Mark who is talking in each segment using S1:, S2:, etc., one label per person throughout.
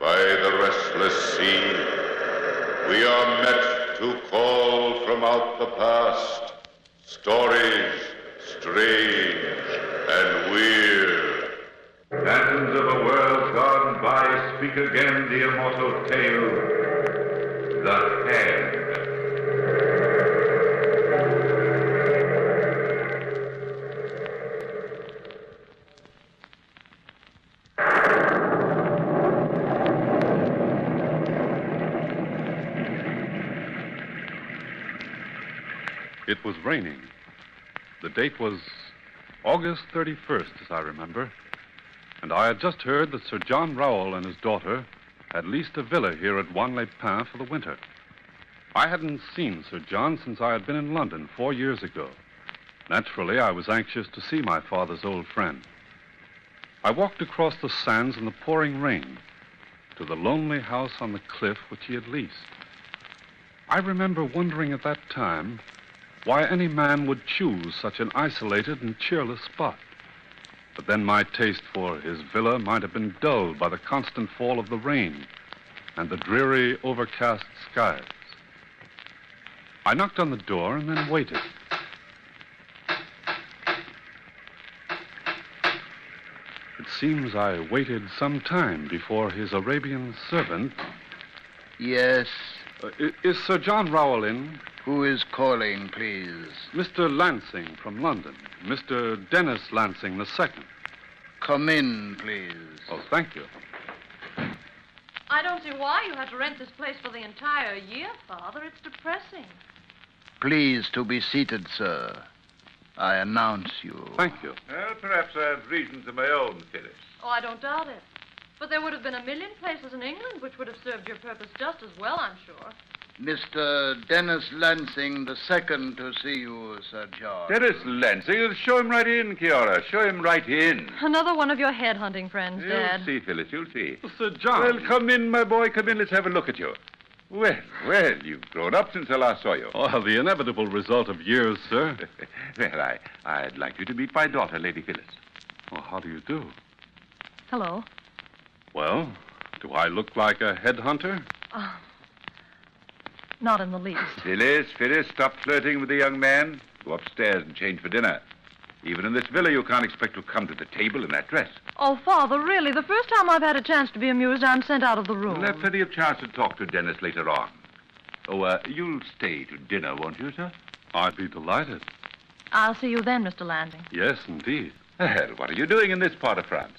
S1: by the restless sea, we are met to call from out the past stories strange and weird.
S2: Lands of a world gone by, speak again the immortal tale. The Hand.
S3: It was raining. The date was August 31st, as I remember. And I had just heard that Sir John Rowell and his daughter had leased a villa here at Wanley-Pin for the winter. I hadn't seen Sir John since I had been in London four years ago. Naturally, I was anxious to see my father's old friend. I walked across the sands in the pouring rain to the lonely house on the cliff which he had leased. I remember wondering at that time why any man would choose such an isolated and cheerless spot. But then my taste for his villa might have been dulled by the constant fall of the rain and the dreary, overcast skies. I knocked on the door and then waited. It seems I waited some time before his Arabian servant.
S4: Yes.
S3: Uh, i- is Sir John Rowell in?
S4: Who is calling, please?
S3: Mr. Lansing from London. Mr. Dennis Lansing the second.
S4: Come in, please.
S3: Oh, thank you.
S5: I don't see why you had to rent this place for the entire year, Father. It's depressing.
S4: Please to be seated, sir. I announce you.
S3: Thank you.
S2: Well, perhaps I have reasons of my own, Phyllis.
S5: Oh, I don't doubt it. But there would have been a million places in England which would have served your purpose just as well, I'm sure.
S4: Mr. Dennis Lansing the second to see you, Sir John.
S2: Dennis Lansing, show him right in, Kiora. Show him right in.
S5: Another one of your headhunting friends, Dad.
S2: You'll see, Phyllis. You'll see.
S3: Sir John.
S2: Well, come in, my boy. Come in. Let's have a look at you. Well, well, you've grown up since I last saw you.
S3: Oh, the inevitable result of years, sir.
S2: Well, I, I'd like you to meet my daughter, Lady Phyllis.
S3: Oh, how do you do?
S5: Hello.
S3: Well, do I look like a headhunter?
S5: Not in the least.
S2: Phyllis, Phyllis, stop flirting with the young man. Go upstairs and change for dinner. Even in this villa, you can't expect to come to the table in that dress.
S5: Oh, Father, really, the first time I've had a chance to be amused, I'm sent out of the room.
S2: We'll have plenty of chance to talk to Dennis later on. Oh, uh, you'll stay to dinner, won't you, sir?
S3: I'd be delighted.
S5: I'll see you then, Mr. Landing.
S3: Yes, indeed.
S2: Well, what are you doing in this part of France?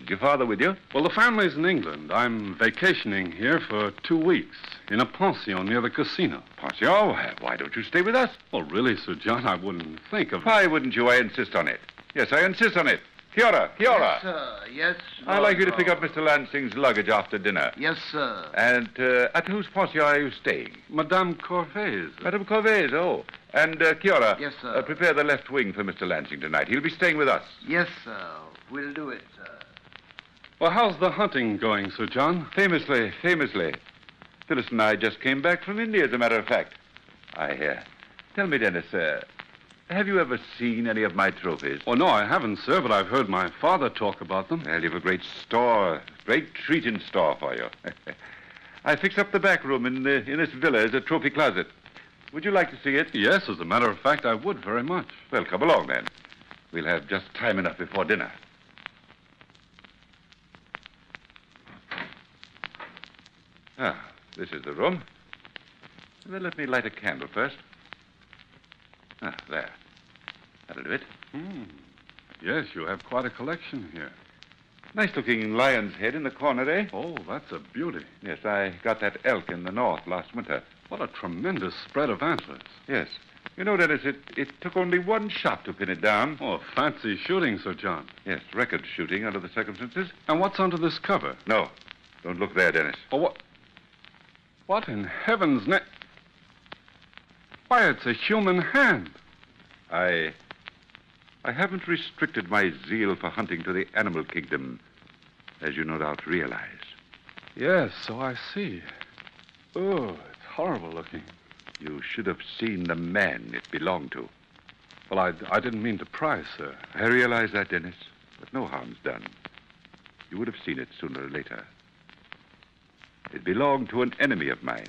S2: Is your father with you?
S3: Well, the family's in England. I'm vacationing here for two weeks in a pension near the casino.
S2: Pension? Why- Why don't you stay with us?
S3: Well, Oh, really, Sir John, I wouldn't think of
S2: Why wouldn't you? I insist on it. Yes, I insist on it. Kiora, Kiora.
S4: Yes, sir. Yes,
S2: I'd
S4: Lord
S2: like you to pick up
S4: Rowell.
S2: Mr. Lansing's luggage after dinner.
S4: Yes, sir.
S2: And uh, at whose pension are you staying?
S3: Madame Corvais.
S2: Madame Corvais, oh. And uh, Kiora.
S4: Yes, sir.
S2: Uh, prepare the left wing for Mr. Lansing tonight. He'll be staying with us.
S4: Yes, sir. We'll do it, sir.
S3: Well, how's the hunting going, Sir John?
S2: Famously, famously. Phyllis and I just came back from India, as a matter of fact. I, uh, tell me, Dennis, uh, have you ever seen any of my trophies?
S3: Oh, no, I haven't, sir, but I've heard my father talk about them.
S2: Well, you've a great store, great treat in store for you. I fixed up the back room in, the, in this villa as a trophy closet. Would you like to see it?
S3: Yes, as a matter of fact, I would very much.
S2: Well, come along then. We'll have just time enough before dinner. Ah, this is the room. Well, let me light a candle first. Ah, there. That'll do it.
S3: Hmm. Yes, you have quite a collection here.
S2: Nice looking lion's head in the corner, eh?
S3: Oh, that's a beauty.
S2: Yes, I got that elk in the north last winter.
S3: What a tremendous spread of antlers.
S2: Yes. You know, Dennis, it, it took only one shot to pin it down.
S3: Oh, fancy shooting, Sir John.
S2: Yes, record shooting under the circumstances.
S3: And what's under this cover?
S2: No. Don't look there, Dennis.
S3: Oh, what? What in heaven's name? Why, it's a human hand.
S2: I. I haven't restricted my zeal for hunting to the animal kingdom, as you no doubt realize.
S3: Yes, so I see. Oh, it's horrible looking.
S2: You should have seen the man it belonged to.
S3: Well, I, I didn't mean to pry, sir.
S2: I realize that, Dennis, but no harm's done. You would have seen it sooner or later. It belonged to an enemy of mine,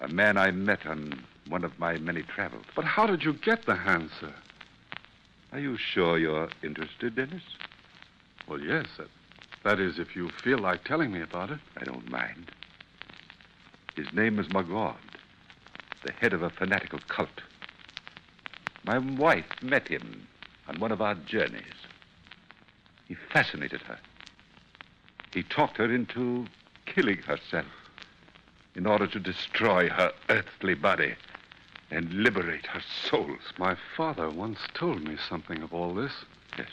S2: a man I met on one of my many travels.
S3: But how did you get the hand, sir?
S2: Are you sure you're interested, Dennis?
S3: Well, yes. That, that is, if you feel like telling me about it.
S2: I don't mind. His name is Magord, the head of a fanatical cult. My wife met him on one of our journeys. He fascinated her. He talked her into killing herself in order to destroy her earthly body and liberate her soul.
S3: My father once told me something of all this.
S2: Yes.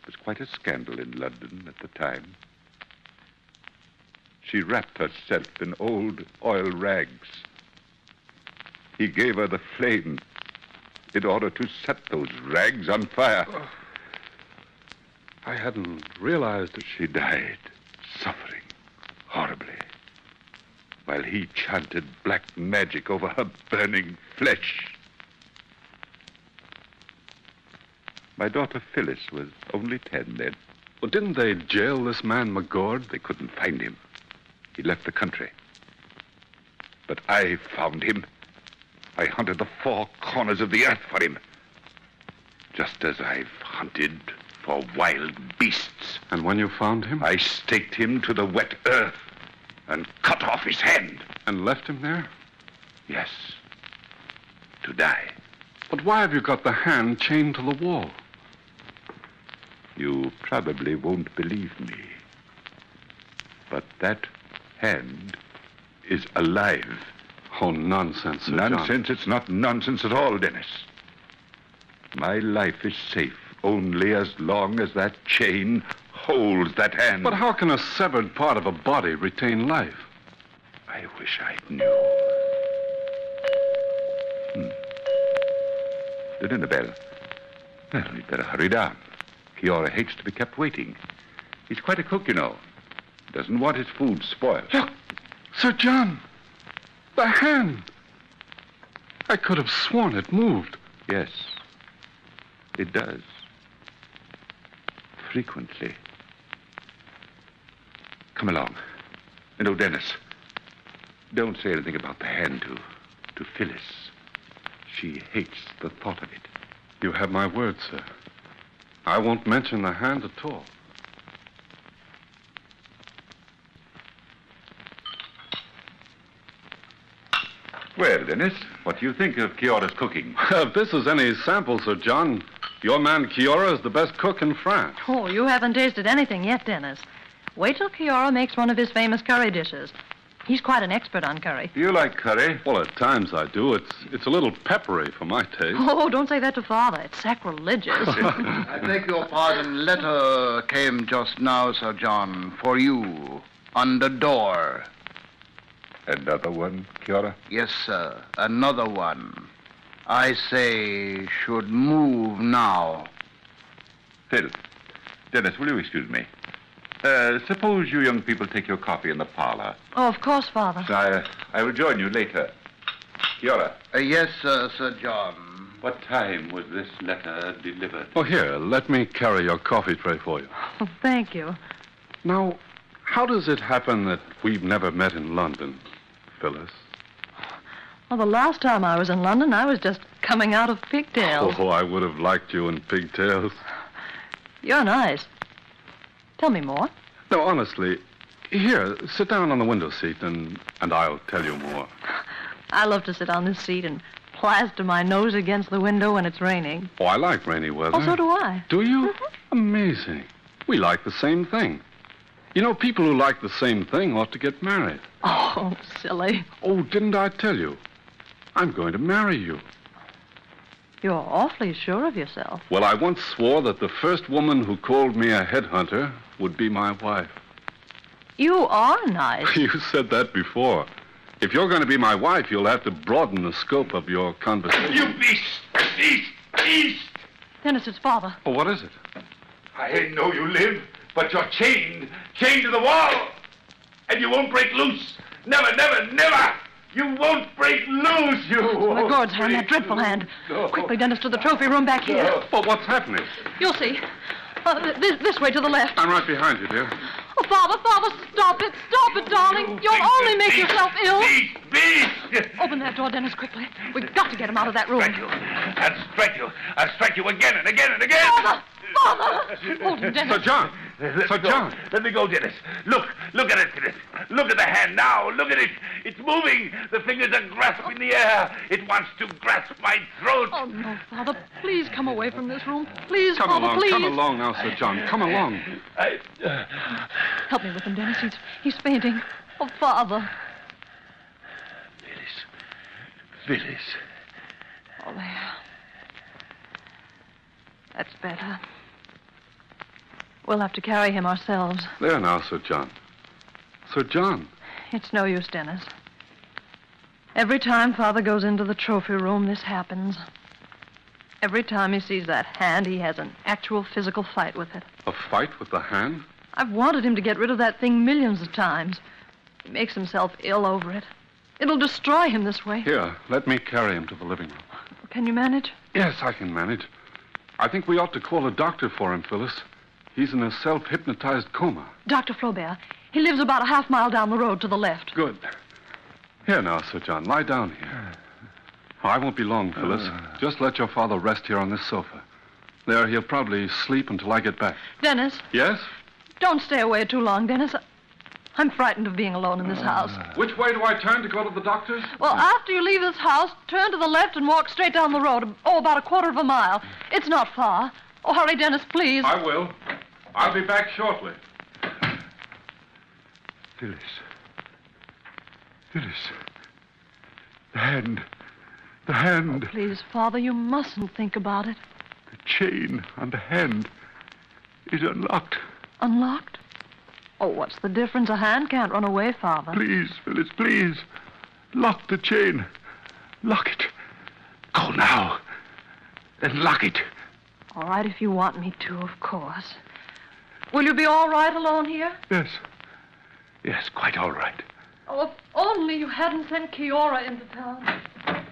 S2: It was quite a scandal in London at the time. She wrapped herself in old oil rags. He gave her the flame in order to set those rags on fire.
S3: I hadn't realized it.
S2: She died, suffering horribly, while he chanted black magic over her burning flesh. My daughter Phyllis was only ten then.
S3: Well, didn't they jail this man, McGord?
S2: They couldn't find him. He left the country. But I found him. I hunted the four corners of the earth for him. Just as I've hunted for wild beasts.
S3: And when you found him?
S2: I staked him to the wet earth and cut off his hand.
S3: And left him there?
S2: Yes. To die.
S3: But why have you got the hand chained to the wall?
S2: You probably won't believe me. But that hand is alive.
S3: Oh, nonsense, Sir John.
S2: nonsense. It's not nonsense at all, Dennis. My life is safe only as long as that chain holds that hand.
S3: But how can a severed part of a body retain life?
S2: I wish I knew. Hmm. The dinner bell. Well, we'd better hurry down. Kiora hates to be kept waiting. He's quite a cook, you know. Doesn't want his food spoiled.
S3: Look, Sir John, the hand. I could have sworn it moved.
S2: Yes, it does. Frequently. Come along. And oh, Dennis, don't say anything about the hand to, to Phyllis. She hates the thought of it.
S3: You have my word, sir. I won't mention the hand at all.
S2: Well, Dennis, what do you think of Kiora's cooking?
S3: if this is any sample, Sir John, your man Kiora is the best cook in France.
S6: Oh, you haven't tasted anything yet, Dennis. Wait till Kiora makes one of his famous curry dishes. He's quite an expert on curry.
S2: Do you like curry?
S3: Well, at times I do. It's it's a little peppery for my taste.
S6: Oh, don't say that to Father. It's sacrilegious.
S4: I beg your pardon. Letter came just now, Sir John, for you. On the door.
S2: Another one, Kiora?
S4: Yes, sir. Another one. I say, should move now.
S2: Phil, Dennis, will you excuse me? Uh, suppose you young people take your coffee in the parlor.
S6: oh, of course, Father.
S2: I, I will join you later. Kiora,
S4: Uh, yes, sir, Sir John.
S2: what time was this letter delivered?
S3: Oh, here, let me carry your coffee tray for you.
S6: Oh, thank you.
S3: Now, how does it happen that we've never met in London, Phyllis?
S6: Well, the last time I was in London, I was just coming out of pigtails.
S3: Oh, I would have liked you in pigtails.
S6: You're nice. Tell me more.
S3: No, honestly, here, sit down on the window seat and, and I'll tell you more.
S6: I love to sit on this seat and plaster my nose against the window when it's raining.
S3: Oh, I like rainy weather.
S6: Oh, so do I.
S3: Do you? Amazing. We like the same thing. You know, people who like the same thing ought to get married.
S6: Oh, silly.
S3: Oh, didn't I tell you? I'm going to marry you.
S6: You're awfully sure of yourself.
S3: Well, I once swore that the first woman who called me a headhunter would be my wife.
S6: You are nice.
S3: You said that before. If you're going to be my wife, you'll have to broaden the scope of your conversation.
S1: You beast! Beast! Beast!
S6: Dennis, it's Father.
S3: Oh, what is it?
S1: I know you live, but you're chained, chained to the wall. And you won't break loose. Never, never, never. You won't break loose, you.
S2: Oh,
S6: Oh My God's
S2: Oh.
S6: hand, that dreadful hand. Quickly, Dennis, to the trophy room back here.
S3: Well, what's happening?
S6: You'll see. Uh, this, this way to the left.
S3: I'm right behind you, dear.
S6: Oh, Father, Father, stop it. Stop it, Oh, darling.
S2: Oh,
S6: You'll only make yourself ill.
S1: Beat, beat!
S6: Open that door, Dennis, quickly. We've got to get him out of that room.
S1: Strike you. I'll strike you. I'll strike you again and again and again.
S6: Father! Father! Hold him, Dennis.
S3: Sir John!
S1: Let
S3: Sir
S1: me go.
S3: John!
S1: Let me go, Dennis. Look, look at it, Dennis. Look at the hand now. Look at it. It's moving. The fingers are grasping the air. It wants to grasp my throat.
S6: Oh, no, Father. Please come away from this room. Please,
S3: Come
S6: Father,
S3: along,
S6: please.
S3: come along now, Sir John. Come along.
S1: I, uh,
S6: Help me with him, Dennis. He's, he's fainting. Oh, Father.
S1: Phyllis. Phyllis.
S6: Oh, there. That's better. We'll have to carry him ourselves.
S3: There now, Sir John. Sir John.
S6: It's no use, Dennis. Every time Father goes into the trophy room, this happens. Every time he sees that hand, he has an actual physical fight with it.
S3: A fight with the hand?
S6: I've wanted him to get rid of that thing millions of times. He makes himself ill over it. It'll destroy him this way.
S3: Here, let me carry him to the living room.
S6: Can you manage?
S3: Yes, I can manage. I think we ought to call a doctor for him, Phyllis. He's in a self hypnotized coma.
S6: Dr. Flaubert, he lives about a half mile down the road to the left.
S3: Good. Here now, Sir John. Lie down here. Oh, I won't be long, Phyllis. Just let your father rest here on this sofa. There, he'll probably sleep until I get back.
S6: Dennis,
S3: Yes?
S6: don't stay away too long, Dennis. I- I'm frightened of being alone in this house.
S3: Which way do I turn to go to the doctor's?
S6: Well, after you leave this house, turn to the left and walk straight down the road. Oh, about a quarter of a mile. It's not far. Oh, hurry, Dennis, please.
S3: I will. I'll be back shortly.
S2: Phyllis. Phyllis. The hand. The hand.
S6: Please, Father, you mustn't think about it.
S2: The chain on the hand is unlocked.
S6: Unlocked? Oh, what's the difference? A hand can't run away, Father.
S2: Please, Phyllis, please. Lock the chain. Lock it. Go now. And lock it.
S6: All right, if you want me to, of course. Will you be all right alone here?
S2: Yes. Yes, quite all right.
S6: Oh, if only you hadn't sent Kiora into town.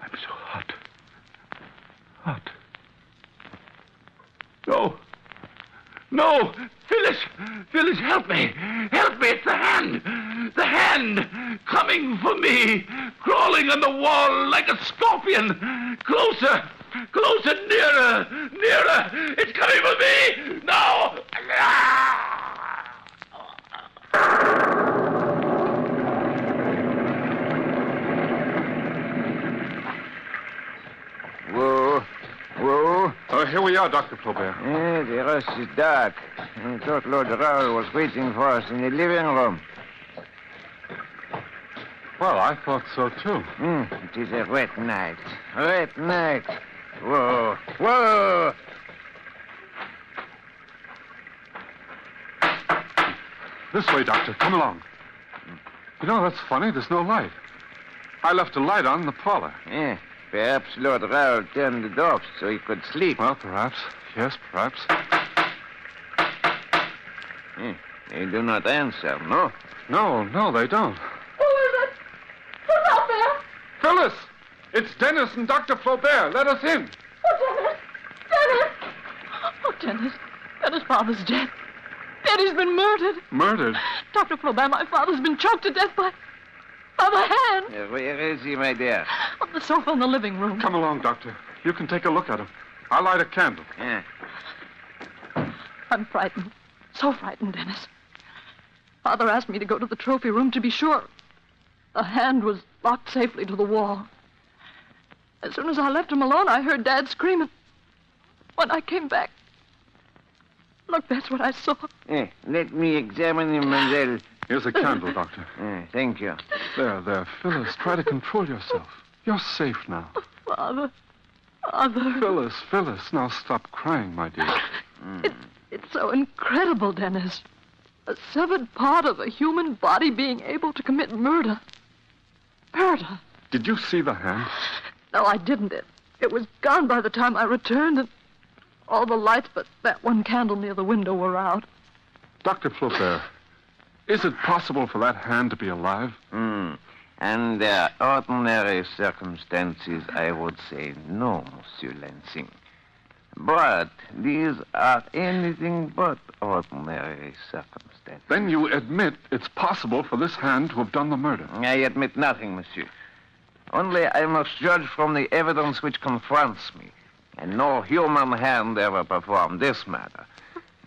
S2: I'm so hot. Hot. No. No! Phyllis! Phyllis, help me! Help me! It's the hand! The hand! Coming for me! Crawling on the wall like a scorpion! Closer! Closer! Nearer! Nearer! It's coming for me! Now! Ah!
S7: Whoa. Whoa.
S3: Uh, here we are, Dr. Flaubert.
S7: Eh, the rest is dark. I thought Lord Raoul was waiting for us in the living room.
S3: Well, I thought so, too.
S7: Hmm, it is a wet night. Wet night. Whoa. Whoa.
S3: This way, Doctor. Come along. You know, that's funny. There's no light. I left a light on in the parlor.
S7: Eh, perhaps Lord Raoul turned it off so he could sleep.
S3: Well, perhaps. Yes, perhaps.
S7: Eh, they do not answer, no?
S3: No, no, they don't.
S6: Who is it? Who's out there?
S3: Phyllis! It's Dennis and Dr. Flaubert. Let us in.
S6: Oh, Dennis! Dennis! Oh, Dennis. Dennis, father's dead. Daddy's been murdered.
S3: Murdered.
S6: Dr. Flaubert, my father's been choked to death by. by the hand.
S7: Eh, Where is he, my dear?
S6: On the sofa in the living room.
S3: Come along, Doctor. You can take a look at him. I'll light a candle.
S7: Eh,
S6: I'm frightened. So frightened, Dennis. Father asked me to go to the trophy room to be sure. The hand was locked safely to the wall. As soon as I left him alone, I heard Dad screaming. When I came back, look, that's what I saw.
S7: eh, let me examine him, Mademoiselle.
S3: Here's a candle, Doctor.
S7: Eh, thank you.
S3: There, there. Phyllis, try to control yourself. You're safe now.
S6: Father. Father.
S3: Phyllis, Phyllis, now stop crying, my dear.
S6: It's so incredible, Dennis. A severed part of a human body being able to commit murder. Murder.
S3: Did you see the hand?
S6: No, I didn't. It, it was gone by the time I returned, and all the lights but that one candle near the window were out.
S3: Dr. Flaubert, is it possible for that hand to be alive?
S7: Hmm. Under ordinary circumstances, I would say no, Monsieur Lansing. But these are anything but ordinary circumstances.
S3: Then you admit it's possible for this hand to have done the murder.
S7: I admit nothing, monsieur. Only I must judge from the evidence which confronts me. And no human hand ever performed this matter.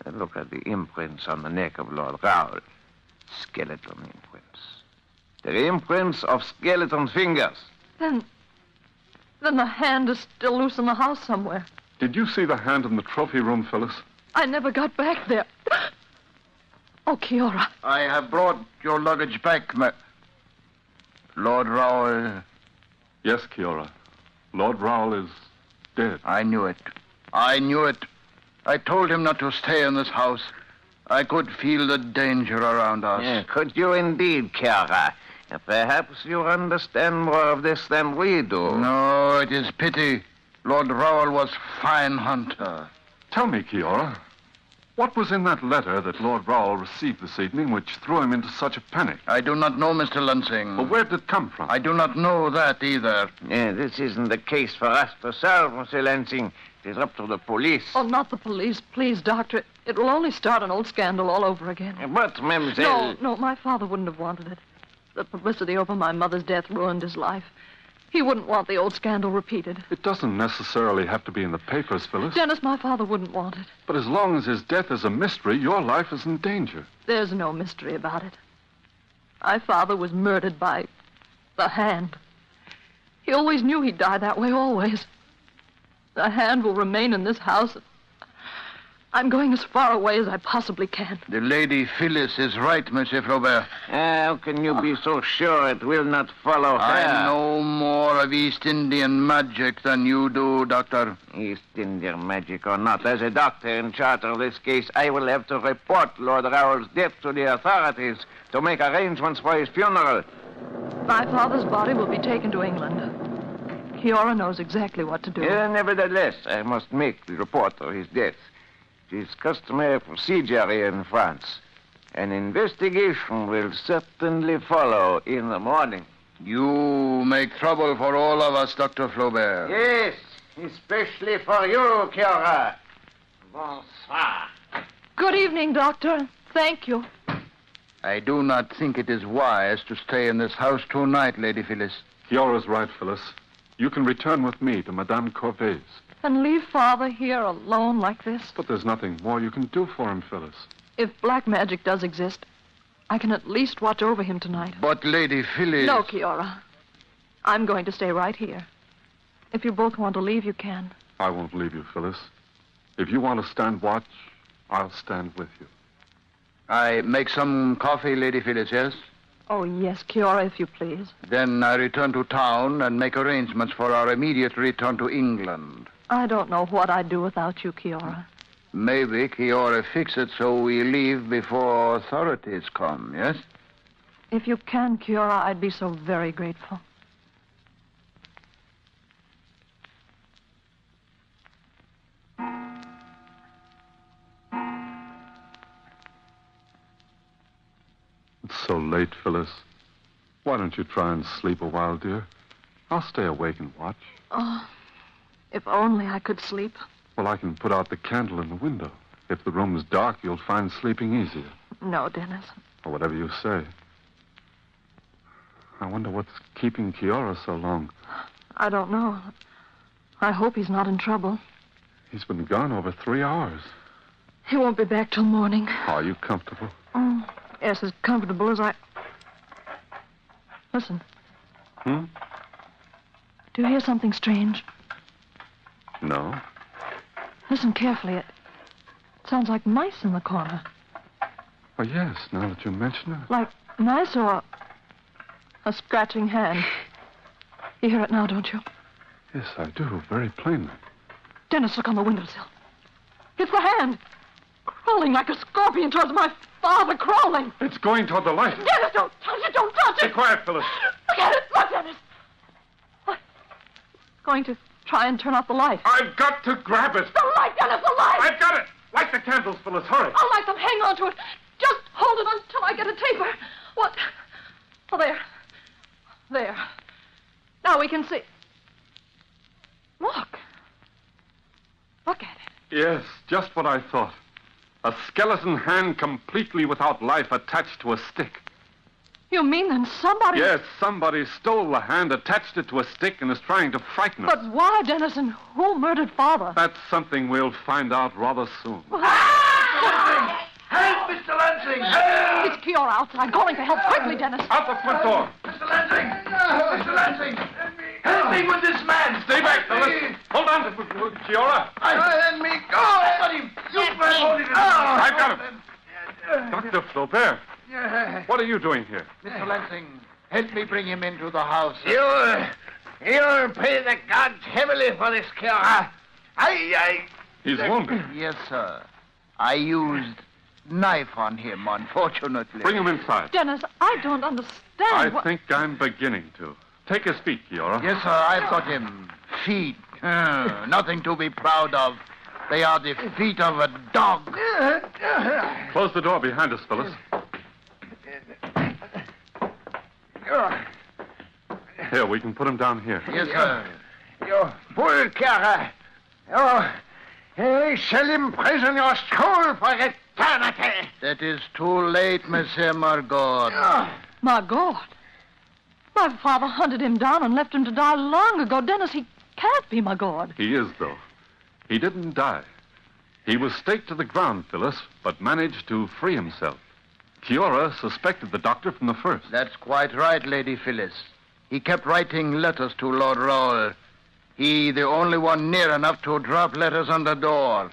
S7: Uh, Look at the imprints on the neck of Lord Raoul. Skeleton imprints. The imprints of skeleton fingers.
S6: Then. Then the hand is still loose in the house somewhere.
S3: Did you see the hand in the trophy room, Phyllis?
S6: I never got back there. Oh, Kiora.
S4: I have brought your luggage back, ma- Lord Raoul.
S3: Yes, Kiora. Lord Raoul is dead.
S4: I knew it. I knew it. I told him not to stay in this house. I could feel the danger around us.
S7: Yeah, could you indeed, Chiara? Perhaps you understand more of this than we do.
S4: No, it is pity. Lord Raoul was fine hunter.
S3: Tell me, Kiora, what was in that letter that Lord Raoul received this evening which threw him into such a panic?
S4: I do not know, Mr. Lansing.
S3: Well, where did it come from?
S4: I do not know that either.
S7: Yeah, Eh, this isn't the case for us to solve, Monsieur Lansing. It is up to the police.
S6: Oh, not the police, please, Doctor. It will only start an old scandal all over again.
S7: But, mademoiselle...
S6: No, no, my father wouldn't have wanted it. The publicity over my mother's death ruined his life. He wouldn't want the old scandal repeated.
S3: It doesn't necessarily have to be in the papers, Phyllis.
S6: Dennis, my father wouldn't want it.
S3: But as long as his death is a mystery, your life is in danger.
S6: There's no mystery about it. My father was murdered by the hand. He always knew he'd die that way, always. The hand will remain in this house. I'm going as far away as I possibly can.
S4: The lady Phyllis is right, Monsieur Flaubert.
S7: Eh, How can you be so sure it will not follow her?
S4: I know more of East Indian magic than you do, Doctor.
S7: East India magic or not, as a doctor in charge of this case, I will have to report Lord Raoul's death to the authorities to make arrangements for his funeral.
S6: My father's body will be taken to England. Kiora knows exactly what to do.
S7: Uh, nevertheless, I must make the report of his death. It is customary procedure here in France. An investigation will certainly follow in the morning.
S4: You make trouble for all of us, Dr. Flaubert.
S7: Yes, especially for you, Kiora. Bonsoir.
S6: Good evening, Doctor. Thank you.
S4: I do not think it is wise to stay in this house tonight, Lady Phyllis.
S3: Kiora's right, Phyllis. You can return with me to Madame Corvées.
S6: And leave father here alone like this?
S3: But there's nothing more you can do for him, Phyllis.
S6: If black magic does exist, I can at least watch over him tonight.
S4: But Lady Phyllis.
S6: No, Kiora. I'm going to stay right here. If you both want to leave, you can.
S3: I won't leave you, Phyllis. If you want to stand watch, I'll stand with you.
S4: I make some coffee, Lady Phyllis, yes?
S6: Oh, yes, Kiora, if you please.
S4: Then I return to town and make arrangements for our immediate return to England.
S6: I don't know what I'd do without you, Kiora.
S4: Maybe Kiora fix it so we leave before authorities come, yes?
S6: If you can, Kiora, I'd be so very grateful.
S3: It's so late, Phyllis. Why don't you try and sleep a while, dear? I'll stay awake and watch.
S6: Oh, if only I could sleep.
S3: Well, I can put out the candle in the window. If the room's dark, you'll find sleeping easier,
S6: No, Dennis.
S3: or whatever you say. I wonder what's keeping Kiora so long.
S6: I don't know. I hope he's not in trouble.
S3: He's been gone over three hours.
S6: He won't be back till morning.
S3: Are you comfortable?
S6: Oh, yes, as comfortable as I. Listen.
S3: Hmm?
S6: Do you hear something strange?
S3: No.
S6: Listen carefully. It sounds like mice in the corner.
S3: Oh, yes, now that you mention it.
S6: Like mice or a scratching hand. You hear it now, don't you?
S3: Yes, I do, very plainly.
S6: Dennis, look on the windowsill. It's the hand. Crawling like a scorpion towards my father, crawling.
S3: It's going toward the light.
S6: Dennis, don't touch it, don't touch it.
S3: Be quiet, Phyllis.
S6: Look at it, look, Dennis. What? Going to try and turn off the light.
S3: I've got to grab it.
S6: The light, Dennis, the light.
S3: I've got it. Light the candles, Phyllis. Hurry.
S6: I'll light them. Hang on to it. Just hold it until I get a taper. What? Oh, there. There. Now we can see. Look. Look at it.
S3: Yes, just what I thought. A skeleton hand completely without life attached to a stick.
S6: You mean then somebody.
S3: Yes, somebody stole the hand, attached it to a stick, and is trying to frighten us.
S6: But why, Dennison? Who murdered Father?
S3: That's something we'll find out rather soon. Ah!
S4: Help, Mr. Lansing!
S6: It's Kiora outside calling for help. Quickly, Dennis.
S3: Out the front door.
S4: Mr. Lansing! Mr. Lansing! Help me with this man!
S3: Stay back, Phyllis. Hold on to Kiora.
S4: Let me go! Let him! You man, hold it!
S3: Ah. I've got him. Dr. Flaubert, what are you doing here?
S4: Mr. Lansing, help me bring him into the house.
S7: You, uh, you'll pay the gods heavily for this, Kiora. I,
S3: He's wounded.
S4: Yes, sir. I used knife on him, unfortunately.
S3: Bring him inside.
S6: Dennis, I don't understand.
S3: I
S6: what-
S3: think I'm beginning to. Take his feet, Kiora.
S4: Yes, sir, I've got him. Feet. Uh, nothing to be proud of. They are the feet of a dog.
S3: Close the door behind us, Phyllis. Here, we can put him down here.
S4: Yes, sir.
S7: you fool, Kiora. You, you Oh, eh, shall imprison your soul for eternity.
S4: That is too late, Monsieur Margot.
S7: Oh.
S6: My God. My father hunted him down and left him to die long ago. Dennis, he can't be my God.
S3: He is, though. He didn't die. He was staked to the ground, Phyllis, but managed to free himself. Kiora suspected the doctor from the first.
S4: That's quite right, Lady Phyllis. He kept writing letters to Lord Raoul. He, the only one near enough to drop letters on the door.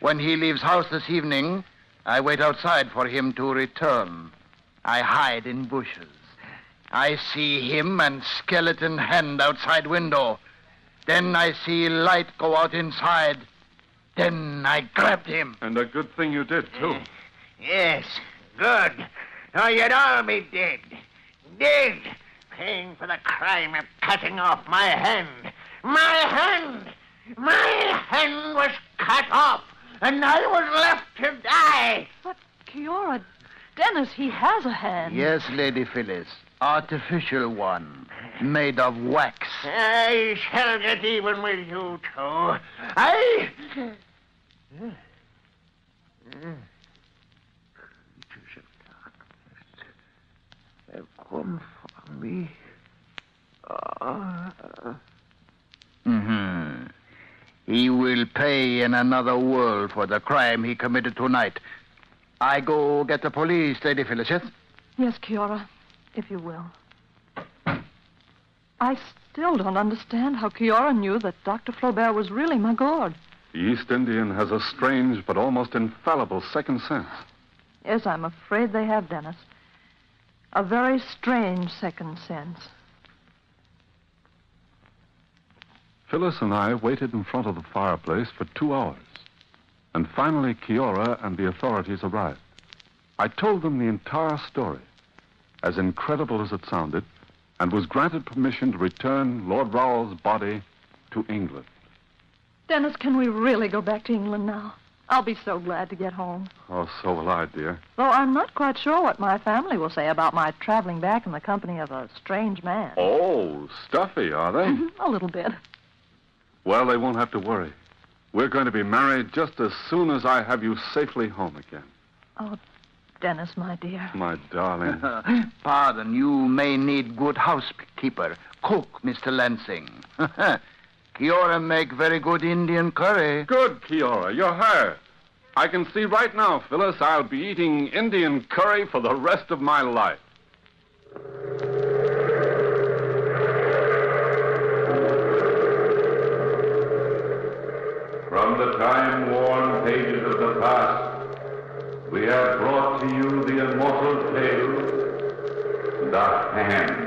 S4: When he leaves house this evening, I wait outside for him to return. I hide in bushes. I see him and skeleton hand outside window. Then I see light go out inside. Then I grabbed him.
S3: And a good thing you did, too.
S7: Yes, good. Or you'd all be dead. Dead. Paying for the crime of cutting off my hand. My hand! My hand was cut off, and I was left to die.
S6: But, Kiora, Dennis, he has a hand.
S4: Yes, Lady Phyllis. Artificial one. Made of wax.
S7: I shall get even with you two. I. Creatures of darkness have come for me. Ah.
S4: hmm He will pay in another world for the crime he committed tonight. I go get the police, Lady Phyllis, yes?
S6: Yes, Kiora, if you will. I still don't understand how Kiora knew that Dr. Flaubert was really my God.
S3: The East Indian has a strange but almost infallible second sense.
S6: Yes, I'm afraid they have, Dennis. A very strange second sense.
S3: Phyllis and I waited in front of the fireplace for two hours. And finally, Kiora and the authorities arrived. I told them the entire story, as incredible as it sounded, and was granted permission to return Lord Rowell's body to England.
S6: Dennis, can we really go back to England now? I'll be so glad to get home.
S3: Oh, so will I, dear.
S6: Though I'm not quite sure what my family will say about my traveling back in the company of a strange man.
S3: Oh, stuffy, are they?
S6: a little bit.
S3: well, they won't have to worry. We're going to be married just as soon as I have you safely home again.
S6: Oh, Dennis, my dear.
S3: My darling.
S4: Pardon, you may need good housekeeper. Cook, Mr. Lansing. Kiora make very good Indian curry.
S3: Good, Kiora. You're hired. I can see right now, Phyllis, I'll be eating Indian curry for the rest of my life.
S8: From the time worn pages of the past, we have brought to you the immortal tale, The Hand.